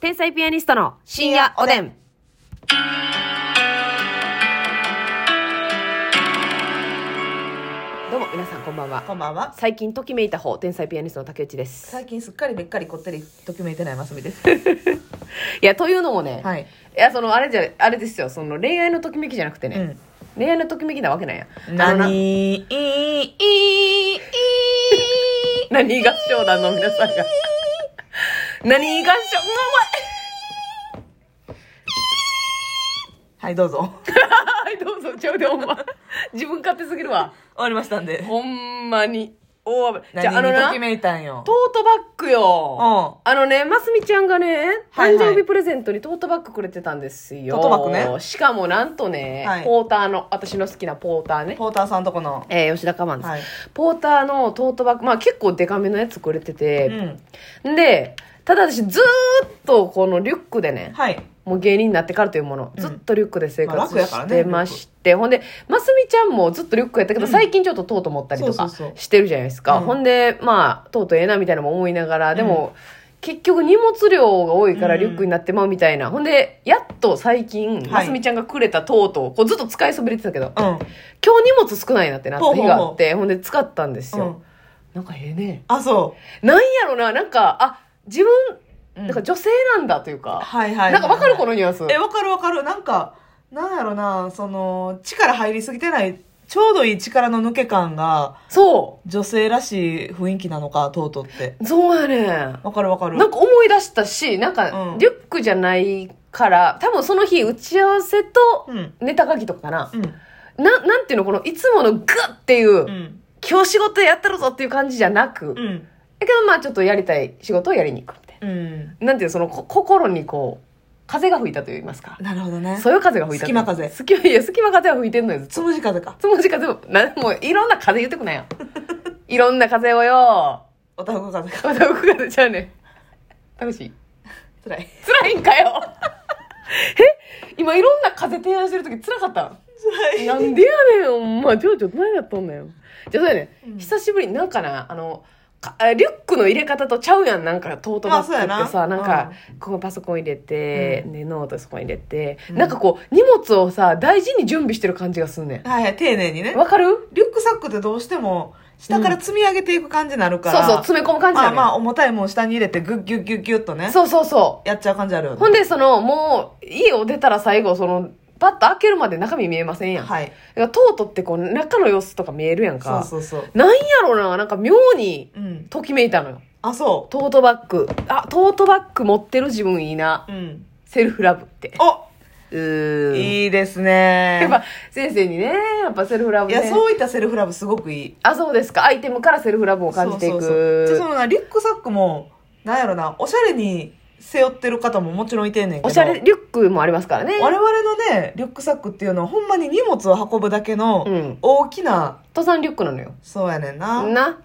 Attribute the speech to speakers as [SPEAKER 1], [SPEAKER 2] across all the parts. [SPEAKER 1] 天才ピアニストの深夜おでん。どうも皆さんこんばんは。
[SPEAKER 2] こんばんは。
[SPEAKER 1] 最近ときめいた方、天才ピアニストの竹内です。い
[SPEAKER 2] 最近すっかりべっかりこってりときめいてないますみです。
[SPEAKER 1] や、というのもね、、
[SPEAKER 2] はいい。
[SPEAKER 1] や、その、あれじゃ、あれですよ、その、恋愛のときめきじゃなくてね、
[SPEAKER 2] うん
[SPEAKER 1] 恋愛のときめきなわけなんや。あのな
[SPEAKER 2] 何いいいいい
[SPEAKER 1] 何合唱団の皆さんが。何合唱、うわ
[SPEAKER 2] はい、どうぞ。終
[SPEAKER 1] うまいはい、どうぞ、ちょうで、ほんま。自分勝手すぎるわ。
[SPEAKER 2] わりましたんで。
[SPEAKER 1] ほんまに。大暴れ。
[SPEAKER 2] 何
[SPEAKER 1] じゃあ、あの
[SPEAKER 2] に
[SPEAKER 1] な
[SPEAKER 2] とき、めいたんよ
[SPEAKER 1] ト。ートバッグよ。あのね、ますみちゃんがね、
[SPEAKER 2] はい
[SPEAKER 1] 誕
[SPEAKER 2] はい
[SPEAKER 1] 生日プレゼントにトートバッグくれてたんですよ。
[SPEAKER 2] トートバッグね
[SPEAKER 1] しかもなんとね、
[SPEAKER 2] はい
[SPEAKER 1] ポーターの、私の好きなポーターね。
[SPEAKER 2] ポーターさんとこの。
[SPEAKER 1] えー吉田カマンです、
[SPEAKER 2] はい
[SPEAKER 1] ポーターのトートバッグ、まあ結構デカめのやつくれて
[SPEAKER 2] う
[SPEAKER 1] て、
[SPEAKER 2] ん。
[SPEAKER 1] で、ただ私ずーっとこのリュックでね、
[SPEAKER 2] はい。
[SPEAKER 1] もう芸人になってからというもの、
[SPEAKER 2] うん
[SPEAKER 1] ずっとリュックで生
[SPEAKER 2] まあ
[SPEAKER 1] 活
[SPEAKER 2] 楽やから
[SPEAKER 1] し
[SPEAKER 2] ね
[SPEAKER 1] てまして、ほんで、ますみちゃんもずっとリュックやったけど、
[SPEAKER 2] うん
[SPEAKER 1] 最近ちょっとトート持ったりと
[SPEAKER 2] そ
[SPEAKER 1] か
[SPEAKER 2] うそうそう
[SPEAKER 1] してるじゃないですか。
[SPEAKER 2] うん
[SPEAKER 1] ほんで、まあ、トートええなみたいなのも思いながら、でも、結局荷物量が多いから
[SPEAKER 2] うん
[SPEAKER 1] リュックになってまうみたいな。ほんで、やっと最近、
[SPEAKER 2] い
[SPEAKER 1] ますみちゃんがくれたトートを、こうずっと使いそびれてたけど、
[SPEAKER 2] う
[SPEAKER 1] 今
[SPEAKER 2] ん。
[SPEAKER 1] 日荷物少ないなってなった日があって、ほんで使ったんです
[SPEAKER 2] う
[SPEAKER 1] よ
[SPEAKER 2] ん。。
[SPEAKER 1] なんかええね。
[SPEAKER 2] あ、そ
[SPEAKER 1] なんやろな、なんか、あ、自分、
[SPEAKER 2] う。
[SPEAKER 1] なんか
[SPEAKER 2] う
[SPEAKER 1] 女性なんだというか、
[SPEAKER 2] はいはい。
[SPEAKER 1] なんかわかるこのニュアンス。
[SPEAKER 2] え、わかるわかる。なんか、なんやろな、その、力入りすぎてない、ちょうどいい力の抜け感が、
[SPEAKER 1] そ
[SPEAKER 2] 女性らしい雰囲気なのか、トートって。
[SPEAKER 1] う。そうやねん。
[SPEAKER 2] わかるわかる。
[SPEAKER 1] なんか思い出したし、なんか
[SPEAKER 2] う、ん
[SPEAKER 1] リュックじゃないから、多分その日打ち合わせと
[SPEAKER 2] うん。
[SPEAKER 1] ネタ書きとかかな
[SPEAKER 2] う。ん。
[SPEAKER 1] な、なんていうの、このいつものグッっていう、
[SPEAKER 2] うん。
[SPEAKER 1] 今日仕事やったるぞっていう感じじゃなく、だ
[SPEAKER 2] うん。
[SPEAKER 1] けどまあちょっとやりたい仕事をやりに行くみたい
[SPEAKER 2] うん。
[SPEAKER 1] な。なんていうの、そのこ心にこう、風が吹いたと言いますか。
[SPEAKER 2] なるほどね。
[SPEAKER 1] そよ風が吹いたという。
[SPEAKER 2] 隙間風
[SPEAKER 1] 隙間、いや、隙間風は吹いてんのよ、ずっ
[SPEAKER 2] つ
[SPEAKER 1] と。
[SPEAKER 2] むじ風か。
[SPEAKER 1] つむじ風も、なんもういろんな風言ってくな よ。いろんな風をよ。
[SPEAKER 2] おたふく風か。
[SPEAKER 1] また僕が出ちゃうね。楽しい。
[SPEAKER 2] つらい。
[SPEAKER 1] 辛いんかよ え今いろんな風提案してる時辛かった
[SPEAKER 2] つ
[SPEAKER 1] な
[SPEAKER 2] らい。
[SPEAKER 1] んでやねん、お前。ちょ、ちょ、前やったんだよ。じゃあ、そうやね、
[SPEAKER 2] うん
[SPEAKER 1] 久しぶりになんかな、あの、かあリュックの入れ方とちゃうやん、なんか、トートバッグ
[SPEAKER 2] まあそうや
[SPEAKER 1] っ
[SPEAKER 2] な
[SPEAKER 1] てさ、なんか、ここパソコン入れて、ね、ノートそこに入れて、
[SPEAKER 2] うん
[SPEAKER 1] なんかこう、荷物をさ、大事に準備してる感じがすんね
[SPEAKER 2] はいはい、丁寧にね
[SPEAKER 1] ん。。わかる
[SPEAKER 2] リュックサックってどうしても、下から積み上げていく感じになる
[SPEAKER 1] そ
[SPEAKER 2] か
[SPEAKER 1] う
[SPEAKER 2] ら。
[SPEAKER 1] そう、詰め込む感じ
[SPEAKER 2] ま
[SPEAKER 1] だ
[SPEAKER 2] あ
[SPEAKER 1] ね。
[SPEAKER 2] まあ、重たいもん下に入れて、ギュッギュッギュッギュッとね。
[SPEAKER 1] そうそうそう。
[SPEAKER 2] やっちゃう感じあるよね。
[SPEAKER 1] ほんで、その、もう、家を出たら最後、その、パッと開けるまで中身見えませんやん。
[SPEAKER 2] はい。
[SPEAKER 1] だからトートってこう、中の様子とか見えるやん
[SPEAKER 2] そ
[SPEAKER 1] か。
[SPEAKER 2] うそうそう。
[SPEAKER 1] なんやろな、なんか妙に、
[SPEAKER 2] うん。
[SPEAKER 1] ときめいたのよ。
[SPEAKER 2] あ、そ
[SPEAKER 1] トートバッグ。あ、トートバッグ持ってる自分いいな。
[SPEAKER 2] う。うん。
[SPEAKER 1] セルフラブって。
[SPEAKER 2] お
[SPEAKER 1] うーん。
[SPEAKER 2] いいですね。
[SPEAKER 1] やっぱ、先生にね、やっぱセルフラブ
[SPEAKER 2] い
[SPEAKER 1] ね。
[SPEAKER 2] や、そういったセルフラブすごくいい。
[SPEAKER 1] あ、そうですか。アイテムからセルフラブを感じてい
[SPEAKER 2] そうそうそうで、そ
[SPEAKER 1] く。
[SPEAKER 2] のな、リュックサックも、なんやろな、おしゃれに背負ってる方ももちろんいてんねんけど。
[SPEAKER 1] おしゃれ、リュックもありますからね。
[SPEAKER 2] 我々のねリュックサックっていうのはほんまに荷物を運ぶだけ
[SPEAKER 1] う
[SPEAKER 2] の
[SPEAKER 1] ん。
[SPEAKER 2] 大きな、
[SPEAKER 1] 登山リュックなのよ。
[SPEAKER 2] そうやねんな、っ
[SPEAKER 1] な。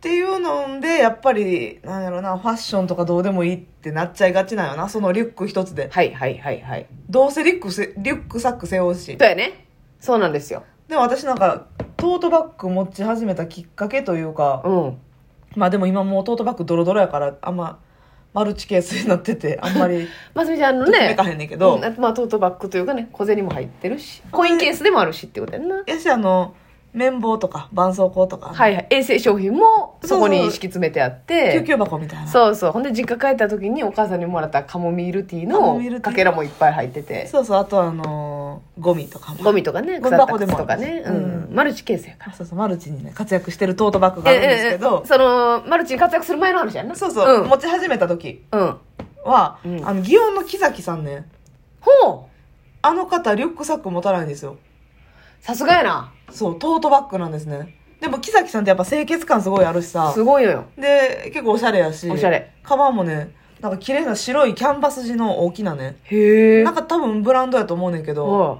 [SPEAKER 2] ていうのでやっぱりなんやろなファッションとかどうでもいいってなっちゃいがちなんよなそのリュック一つで
[SPEAKER 1] はいはいはいはい。
[SPEAKER 2] どうせリュックせリュックサック背負うし
[SPEAKER 1] そうやね。そうなんですよ。
[SPEAKER 2] でも私なんかトートバッグ持ち始めたきっかけというか
[SPEAKER 1] うん。
[SPEAKER 2] まあでも今もうトートバッグドロドロやからあんまマルチケースになっててあんまり
[SPEAKER 1] ますみちゃんの
[SPEAKER 2] め
[SPEAKER 1] ね
[SPEAKER 2] か、へんねんけど、
[SPEAKER 1] うんあとまあ、トートバッグというかね小銭も入ってるしコインケースでもあるしってことやんな
[SPEAKER 2] やしあの綿棒とか絆創膏とか、
[SPEAKER 1] はいはい衛生商品もそこに
[SPEAKER 2] そうそ
[SPEAKER 1] 敷
[SPEAKER 2] う
[SPEAKER 1] き詰めてあって
[SPEAKER 2] 救急箱みたいな
[SPEAKER 1] そうそうほんで実家帰った時にお母さんにもらったカモミールティー
[SPEAKER 2] カ
[SPEAKER 1] の
[SPEAKER 2] モミールティー
[SPEAKER 1] かけらもいっぱい入ってて
[SPEAKER 2] そうそう、あとあのーゴミとかも。
[SPEAKER 1] ゴミとかね
[SPEAKER 2] ゴ
[SPEAKER 1] 腐
[SPEAKER 2] ミ
[SPEAKER 1] った
[SPEAKER 2] 箱で
[SPEAKER 1] 靴
[SPEAKER 2] も
[SPEAKER 1] とかね、う
[SPEAKER 2] うん
[SPEAKER 1] ん、マルチケースやから
[SPEAKER 2] あそうそう、マルチにね、活躍してるトートバッグがあるんですけ
[SPEAKER 1] えええ
[SPEAKER 2] ど
[SPEAKER 1] え、そのマルチに活躍する前の話やんな
[SPEAKER 2] そうそう、
[SPEAKER 1] うん、
[SPEAKER 2] 持ち始めた時
[SPEAKER 1] うん、
[SPEAKER 2] は、
[SPEAKER 1] うん
[SPEAKER 2] あの、祇園の木崎さんね、
[SPEAKER 1] ほう
[SPEAKER 2] あの方、リュックサック持たないんですよ。
[SPEAKER 1] さすがやな
[SPEAKER 2] そう、トートバッグなんですね。でも、木崎さんってやっぱ清潔感すごいあるしさ
[SPEAKER 1] す、ごいのよ
[SPEAKER 2] で、結構おしゃれやし、
[SPEAKER 1] おしゃれ。
[SPEAKER 2] カバンもね、なんか綺麗な白いキャンバス地の大きなね、
[SPEAKER 1] へえ
[SPEAKER 2] なんか多分ブランドやと思うねんけど、
[SPEAKER 1] は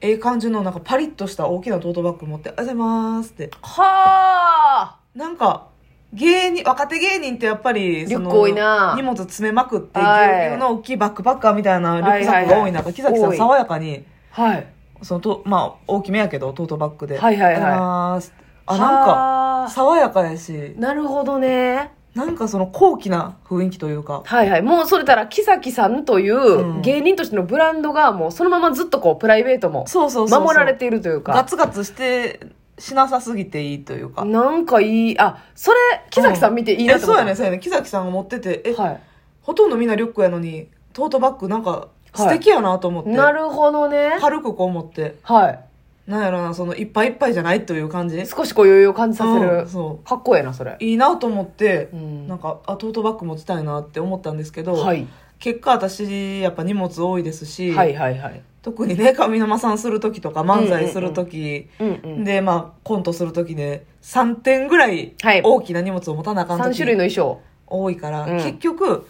[SPEAKER 2] ええ感じのなんかパリッとした大きなトートバッグ持って、ありがとうございますって。
[SPEAKER 1] あ
[SPEAKER 2] なんか、芸人、若手芸人ってやっぱり、
[SPEAKER 1] リュック
[SPEAKER 2] その
[SPEAKER 1] 多いな
[SPEAKER 2] 荷物詰めまくって、
[SPEAKER 1] はい
[SPEAKER 2] ぎゅうぎゅうの大きいバックパッカーみたいなリュックサックが多
[SPEAKER 1] はいは
[SPEAKER 2] い中、
[SPEAKER 1] いはい
[SPEAKER 2] 木崎さ
[SPEAKER 1] 多
[SPEAKER 2] ん
[SPEAKER 1] い
[SPEAKER 2] 爽やかに、
[SPEAKER 1] はい
[SPEAKER 2] そのと、まあ、大きめやけど、トートバッグで。
[SPEAKER 1] はいはいはい
[SPEAKER 2] ありがとうございますあ、なんか、
[SPEAKER 1] はあ
[SPEAKER 2] 爽やかやし、
[SPEAKER 1] なるほどね。
[SPEAKER 2] なんかその高貴な雰囲気というか、
[SPEAKER 1] はいはい。もうそれたら、キサキさんとい
[SPEAKER 2] うん
[SPEAKER 1] う芸人としてのブランドがもうそのままずっとこう、プライベートも
[SPEAKER 2] そうそうそうそう
[SPEAKER 1] 守られているという
[SPEAKER 2] ガ
[SPEAKER 1] か。
[SPEAKER 2] ツガツして、しなさすぎていいというか。
[SPEAKER 1] なんかいい、あ、それ、木崎さん見ていいな
[SPEAKER 2] え
[SPEAKER 1] と
[SPEAKER 2] そ
[SPEAKER 1] 思っ
[SPEAKER 2] う
[SPEAKER 1] た。
[SPEAKER 2] やね、そうやね。木崎さんが持ってて、え、
[SPEAKER 1] はい。
[SPEAKER 2] ほとんどみんなリュックやのに、トートバッグなんか素敵やなと思って。
[SPEAKER 1] なるほどね。
[SPEAKER 2] 軽くこう思って。
[SPEAKER 1] は
[SPEAKER 2] なんやろな、その、いっぱいいっぱいじゃないという感じ
[SPEAKER 1] い。少しこう余裕を感じさせ
[SPEAKER 2] う
[SPEAKER 1] る
[SPEAKER 2] ん。そ
[SPEAKER 1] かっこええな、それ
[SPEAKER 2] う。。いいなと思って
[SPEAKER 1] う、ん。
[SPEAKER 2] なんか、あ、トートバッグ持ちたいなって思ったんですけど、
[SPEAKER 1] はい。
[SPEAKER 2] 結果私、やっぱ荷物多いですし、
[SPEAKER 1] はいはいはい。
[SPEAKER 2] 特にね、上沼さんするときとか、漫才するとき、
[SPEAKER 1] うんうん。
[SPEAKER 2] で、まあ、コントするときで、3点ぐらい
[SPEAKER 1] はい
[SPEAKER 2] 大きな荷物を持たなあかん
[SPEAKER 1] 3
[SPEAKER 2] 時
[SPEAKER 1] 種類の衣装。
[SPEAKER 2] 多いから、
[SPEAKER 1] うん
[SPEAKER 2] 結局、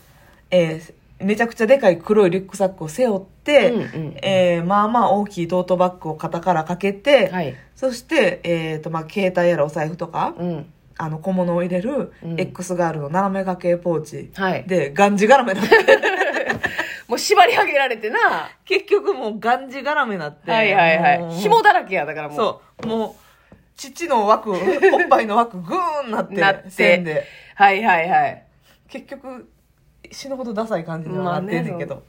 [SPEAKER 2] えーめちゃくちゃでかい黒いリュックサックを背負って、
[SPEAKER 1] うんうん
[SPEAKER 2] えーまあまあ大きいトートバッグを肩からかけて、
[SPEAKER 1] はい。
[SPEAKER 2] そして、えーとまあ、携帯やらお財布とか、
[SPEAKER 1] うん。
[SPEAKER 2] あの小物を入れる
[SPEAKER 1] うん
[SPEAKER 2] X ガールの斜め掛けポーチ、
[SPEAKER 1] はい。
[SPEAKER 2] でがんじがらめなって
[SPEAKER 1] もう縛り上げられてな。は
[SPEAKER 2] 結局もうがんじがらめなって
[SPEAKER 1] いはいは
[SPEAKER 2] もう
[SPEAKER 1] い。紐だらけや、だからもう。
[SPEAKER 2] そうもう父の 枠おっぱいの枠グーンなって
[SPEAKER 1] なって
[SPEAKER 2] 線で
[SPEAKER 1] はいはいはい。
[SPEAKER 2] 結局死ぬほどダサい感じにはなってんねんけど、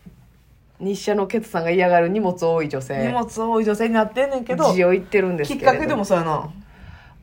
[SPEAKER 1] 日射のケツさんが嫌がる荷物多い女性。
[SPEAKER 2] 荷物多い女性になってんねんけど
[SPEAKER 1] 字を言ってるんです
[SPEAKER 2] き
[SPEAKER 1] け
[SPEAKER 2] っ
[SPEAKER 1] れど
[SPEAKER 2] かけでもそうやな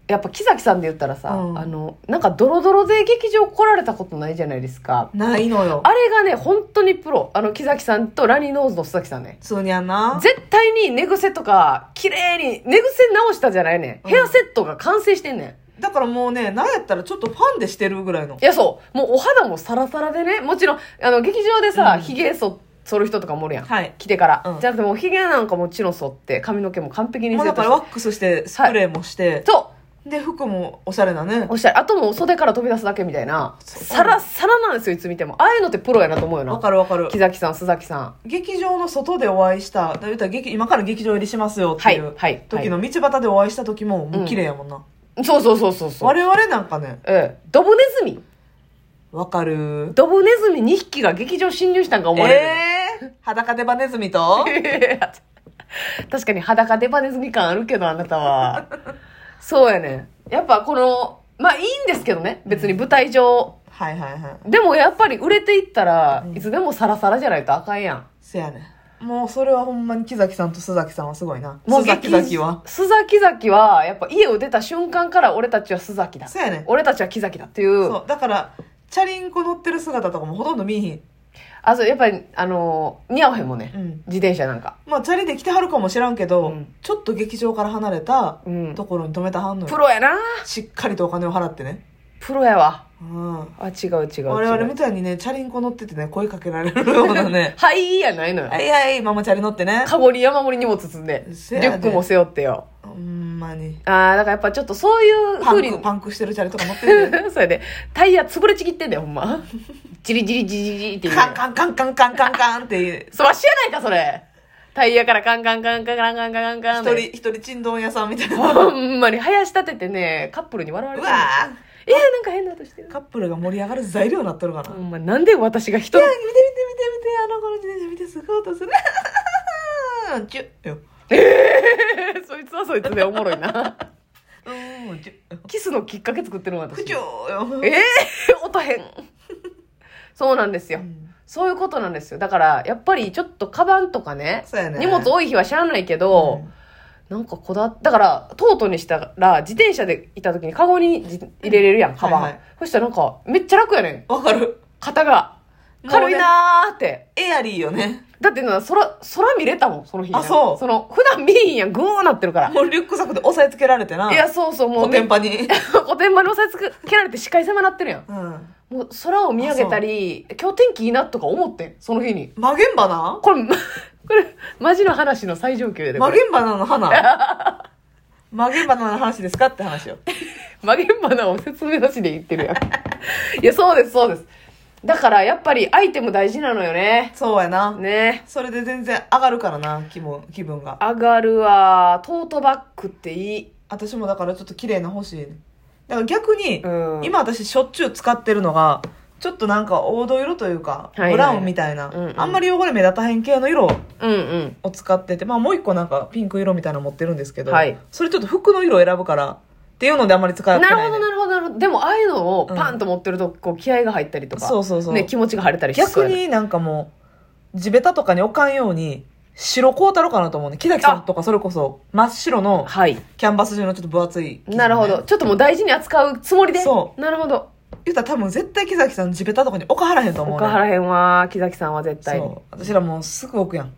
[SPEAKER 1] やっぱ木崎さんで言ったらさ、
[SPEAKER 2] うん
[SPEAKER 1] あのなんかドロドロで劇場来られたことないじゃないですか
[SPEAKER 2] ないのよ
[SPEAKER 1] あれがね本当にプロあの木崎さんとラニーノーズの須崎さんね
[SPEAKER 2] そうにゃんな
[SPEAKER 1] 絶対に寝癖とか綺麗に寝癖直したじゃないねん
[SPEAKER 2] うん
[SPEAKER 1] ヘアセットが完成してんねん、
[SPEAKER 2] だからもうねなんやったらちょっとファンでしてるぐらいの
[SPEAKER 1] いやそうもうお肌もサラサラでねもちろんあの劇場でさ
[SPEAKER 2] うん
[SPEAKER 1] ひげ、そ剃る人とかもおるやん、
[SPEAKER 2] はい
[SPEAKER 1] 来てから、
[SPEAKER 2] うん
[SPEAKER 1] じゃなくてもうひげなんかもちろん剃って髪の毛も完璧に
[SPEAKER 2] も
[SPEAKER 1] セ
[SPEAKER 2] う
[SPEAKER 1] ット
[SPEAKER 2] だか
[SPEAKER 1] し
[SPEAKER 2] ら
[SPEAKER 1] て
[SPEAKER 2] ワックスしてスプレーもして、
[SPEAKER 1] そう
[SPEAKER 2] で服もおしゃれなね
[SPEAKER 1] おっしゃるあともう袖から飛び出すだけみたいなさらさらなんですよいつ見てもああいうのってプロやなと思うよ
[SPEAKER 2] わ
[SPEAKER 1] な
[SPEAKER 2] かるわかる
[SPEAKER 1] 木崎さん須崎さん
[SPEAKER 2] 劇場の外でお会いしただ言うたら劇今から劇場入りしますよっていう
[SPEAKER 1] はいはい
[SPEAKER 2] 時の道端でお会いした時ももう綺麗やもんな、
[SPEAKER 1] そうそうそうそうそう
[SPEAKER 2] 我々なんかね
[SPEAKER 1] ええドブネズミ
[SPEAKER 2] わかる
[SPEAKER 1] ドブネズミ2匹が劇場侵入したんか思われる、
[SPEAKER 2] えー、裸でバネズミ と
[SPEAKER 1] 確かに裸デバネズミ感あるけどあなたは そうやねやっぱこのまあいいんですけどね別に舞台上、
[SPEAKER 2] はいはいはい
[SPEAKER 1] でもやっぱり売れていったら、いつでもサラサラじゃないとあかんやん
[SPEAKER 2] せやねもうそれはほんまに木崎さんと須崎さんはすごいな
[SPEAKER 1] もう
[SPEAKER 2] 須崎崎は
[SPEAKER 1] 須崎崎はやっぱ家を出た瞬間から俺たちは須崎だ
[SPEAKER 2] そうやね
[SPEAKER 1] 俺たちは木崎だっていう
[SPEAKER 2] そうだからチャリンコ乗ってる姿とかもほとんど見えひん
[SPEAKER 1] あそうやっぱりあの似合わへんもんね、
[SPEAKER 2] うん
[SPEAKER 1] 自転車なんか
[SPEAKER 2] まあチャリで来てはるかもしらんけど、
[SPEAKER 1] うん
[SPEAKER 2] ちょっと劇場から離れた
[SPEAKER 1] うん
[SPEAKER 2] ところに止めたはんのよ、
[SPEAKER 1] プロやな
[SPEAKER 2] しっかりとお金を払ってね、
[SPEAKER 1] プロやわ
[SPEAKER 2] うん、
[SPEAKER 1] あ違う違う違う
[SPEAKER 2] 我々みたいにねチャリンコ乗っててね声かけられるようなね
[SPEAKER 1] はいやないのよ
[SPEAKER 2] はいはいママチャリ乗ってね
[SPEAKER 1] カゴに山盛り荷物積んでリ
[SPEAKER 2] せやで
[SPEAKER 1] ュックも背負ってよ
[SPEAKER 2] ほんまに
[SPEAKER 1] あーだからやっぱちょっとそういう
[SPEAKER 2] パ
[SPEAKER 1] 風
[SPEAKER 2] ンク
[SPEAKER 1] に
[SPEAKER 2] パンクしてるチャリとか乗ってるね
[SPEAKER 1] それでタイヤ潰れちぎってんだよほんまジリジリジリジリっていう
[SPEAKER 2] カンカンカンカンカンカンカンっていう
[SPEAKER 1] そら知らないかそれタイヤからカンカンカンカンカンカンカンカン
[SPEAKER 2] 一
[SPEAKER 1] カン
[SPEAKER 2] 人一人ちんどん屋さんみたいなうわ
[SPEAKER 1] ほんまに林立ててねカップルに笑われてるえー、なんか変な音してる
[SPEAKER 2] ーカップルが盛り上がる材料になっとるかな、
[SPEAKER 1] ほんまなんで私が人の
[SPEAKER 2] 見て見て見て見て見てあの子の自転車見てすごい音するチュッよ
[SPEAKER 1] そいつはそいつでおもろい な。
[SPEAKER 2] うんチュッ
[SPEAKER 1] キスのきっかけ作ってるの私
[SPEAKER 2] 不。調よ
[SPEAKER 1] ええ音変。 そうなんですよ、
[SPEAKER 2] ん
[SPEAKER 1] そういうことなんですよ。だから、やっぱりちょっとカバンとかね、
[SPEAKER 2] そうやね
[SPEAKER 1] 荷物多い日はしゃあないけど、
[SPEAKER 2] うん
[SPEAKER 1] なんかこだわだから、とうとうにしたら、自転車でいた時にカゴにじ入れれるやん、カバン。
[SPEAKER 2] はいはい
[SPEAKER 1] そしたらなんか、めっちゃ楽やねん。
[SPEAKER 2] わかる
[SPEAKER 1] 肩が。
[SPEAKER 2] もうね
[SPEAKER 1] 軽いなーって。
[SPEAKER 2] エアリーよね
[SPEAKER 1] だってな、空、空見れたもん、その日。
[SPEAKER 2] あそう
[SPEAKER 1] その、普段見えんやん、グーなってるから。
[SPEAKER 2] もうリュックサックで押さえつけられてない
[SPEAKER 1] や、そうそう、も
[SPEAKER 2] お
[SPEAKER 1] うめ
[SPEAKER 2] て
[SPEAKER 1] っ
[SPEAKER 2] んぱに
[SPEAKER 1] お天場に押さえつけられて視界狭なってるやん。
[SPEAKER 2] うん
[SPEAKER 1] もう空を見上げたり、今日天気いいなとか思ってん、その日に。
[SPEAKER 2] マゲンバナ
[SPEAKER 1] これ、 まこれ、マジの話の最上級やで。こ
[SPEAKER 2] マ
[SPEAKER 1] れ
[SPEAKER 2] ゲンバナの 花マゲンバナの話ですかって話よ
[SPEAKER 1] 曲げんばなを説明なしで言ってるやん。 いや、そうです、そうです。だから、やっぱりアイテム大事なのよね。
[SPEAKER 2] そうやな、
[SPEAKER 1] ね。
[SPEAKER 2] それで全然上がるからな気分気分が
[SPEAKER 1] 上がるわ。トートバッグっていい。
[SPEAKER 2] 私もだからちょっと綺麗な欲しいねだから逆に、
[SPEAKER 1] うん
[SPEAKER 2] 今私しょっちゅう使ってるのがちょっとなんか黄土色というか、
[SPEAKER 1] はいはい
[SPEAKER 2] ブラウンみたいな、
[SPEAKER 1] うんうん
[SPEAKER 2] あんまり汚れ目立たへん系の色
[SPEAKER 1] うんうん。
[SPEAKER 2] を使ってて、まあ、もう一個なんかピンク色みたいなの持ってるんですけど、
[SPEAKER 1] はい
[SPEAKER 2] それちょっと服の色を選ぶからっていうのであんまり使って
[SPEAKER 1] な
[SPEAKER 2] ない、
[SPEAKER 1] るほ
[SPEAKER 2] ね、
[SPEAKER 1] ど、なるほど、なるほど。でもああいうのをパンと持ってると、こう気合が入ったりとか、
[SPEAKER 2] そうそうそう
[SPEAKER 1] ね、気持ちが晴れたりしそう
[SPEAKER 2] 逆
[SPEAKER 1] やね
[SPEAKER 2] になんかもう地べたとかに置かんように白買うたろうかなと思うね木崎さんとかそれこそ真っ白の
[SPEAKER 1] はい。
[SPEAKER 2] キャンバス中のちょっと分厚い生地ね
[SPEAKER 1] なるほど。ちょっともう大事に扱うつもりで。
[SPEAKER 2] そ
[SPEAKER 1] なるほど。
[SPEAKER 2] 言ったら多分絶対木崎さん地べたとかに置かはらへんと思う、ね、
[SPEAKER 1] 岡原編は、木崎さんは絶対に。
[SPEAKER 2] そう私らもうすぐ置くやん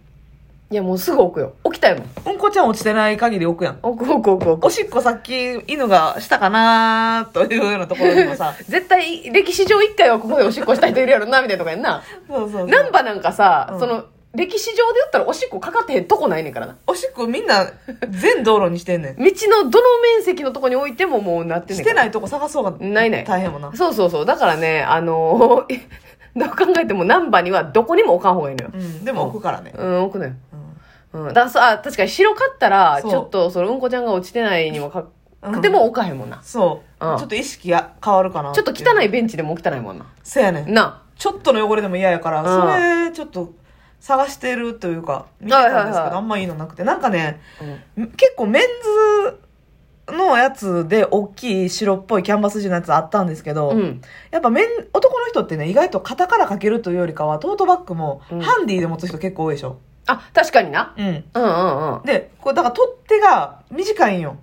[SPEAKER 1] いや、もうすぐ置くよ。置きたいもん。
[SPEAKER 2] うんこちゃん落ちてない限り置くやん
[SPEAKER 1] 置く置く置く置く
[SPEAKER 2] お。しっこさっき犬がしたかなというようなところにも さ
[SPEAKER 1] 絶対、歴史上一回はここでおしっこしたい人いるやろな、みたいなとかやんな。
[SPEAKER 2] そうそうそう
[SPEAKER 1] 難波なんかさ、
[SPEAKER 2] うん
[SPEAKER 1] その、歴史上で言ったらおしっこかかってへんとこないねんからな。
[SPEAKER 2] おしっこみんな全道路にしてんね ん
[SPEAKER 1] 道のどの面積のとこに置いてももうなってんね
[SPEAKER 2] し
[SPEAKER 1] んか
[SPEAKER 2] て
[SPEAKER 1] ら
[SPEAKER 2] ないとこ探そうが
[SPEAKER 1] ないない
[SPEAKER 2] 大変もんな
[SPEAKER 1] そうそうそう。だからね、あのー どう考えても難波にはどこにも置かん方がいいのよ
[SPEAKER 2] う。んでも置くからね、
[SPEAKER 1] うん、置くのよ。
[SPEAKER 2] うん
[SPEAKER 1] うん。だからそう、あ、確かに白かったら、ち
[SPEAKER 2] そう
[SPEAKER 1] ょっと、そのうんこちゃんが落ちてないにもか、
[SPEAKER 2] うん
[SPEAKER 1] かても置かへんもんな。
[SPEAKER 2] そう、
[SPEAKER 1] うん
[SPEAKER 2] ちょっと意識が変わるかな
[SPEAKER 1] ちょっと汚
[SPEAKER 2] い
[SPEAKER 1] いベンチでも汚いもんな。
[SPEAKER 2] そうやねん
[SPEAKER 1] な
[SPEAKER 2] ちょっとの汚れでも嫌やから、
[SPEAKER 1] う
[SPEAKER 2] それちょっと探してるというか見てたんですけど、
[SPEAKER 1] はいはいはい
[SPEAKER 2] あんまいいのなくてなんかね
[SPEAKER 1] あ。うん。
[SPEAKER 2] 結構メンズのやつで大きい白っぽいキャンバス地のやつあったんですけど、
[SPEAKER 1] うん。
[SPEAKER 2] やっぱメン男の人ってね意外と肩からかけるというよりかはトートバッグも
[SPEAKER 1] うん
[SPEAKER 2] ハンディで持つ人結構多いでしょ、
[SPEAKER 1] あ、確かにな。
[SPEAKER 2] うん
[SPEAKER 1] うんうんうん。あ
[SPEAKER 2] でこれだから取っ手が短いんよ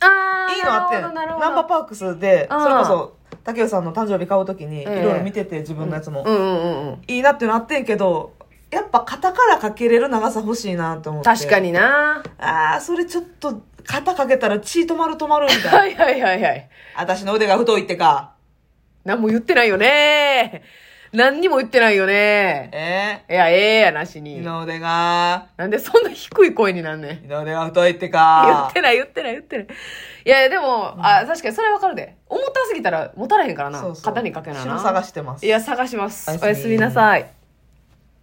[SPEAKER 1] あー
[SPEAKER 2] いいのあって
[SPEAKER 1] なるほどなるほど。
[SPEAKER 2] ナンバーパークスで
[SPEAKER 1] うん
[SPEAKER 2] それこそ竹内さんの誕生日買う時にい
[SPEAKER 1] ええ
[SPEAKER 2] ろいろ見てて自分のやつも、
[SPEAKER 1] うんうんうんうん。
[SPEAKER 2] いいなっていうのあってんけどやっぱ肩からかけれる長さ欲しいなと思って
[SPEAKER 1] 確かにな。
[SPEAKER 2] ああそれちょっと肩かけたら血止まる止まるみたいな
[SPEAKER 1] はいはいはいはい。
[SPEAKER 2] 私の腕が太いってか
[SPEAKER 1] 何も言ってないよね。何にも言ってないよね。
[SPEAKER 2] え
[SPEAKER 1] いや、ええやなし
[SPEAKER 2] え
[SPEAKER 1] に
[SPEAKER 2] 二。の腕が
[SPEAKER 1] なんでそんな低い声になんねん。
[SPEAKER 2] 二の腕が太いって
[SPEAKER 1] 言
[SPEAKER 2] か
[SPEAKER 1] ってない言ってない言ってない。いやいやでも、あ、確かにそれわかるで。重たすぎたら持たれへんからな。
[SPEAKER 2] そうそう
[SPEAKER 1] 肩にかけな
[SPEAKER 2] 後ろ
[SPEAKER 1] な。
[SPEAKER 2] 探してます
[SPEAKER 1] いや、探します。
[SPEAKER 2] おやすみ
[SPEAKER 1] おやすみなさい。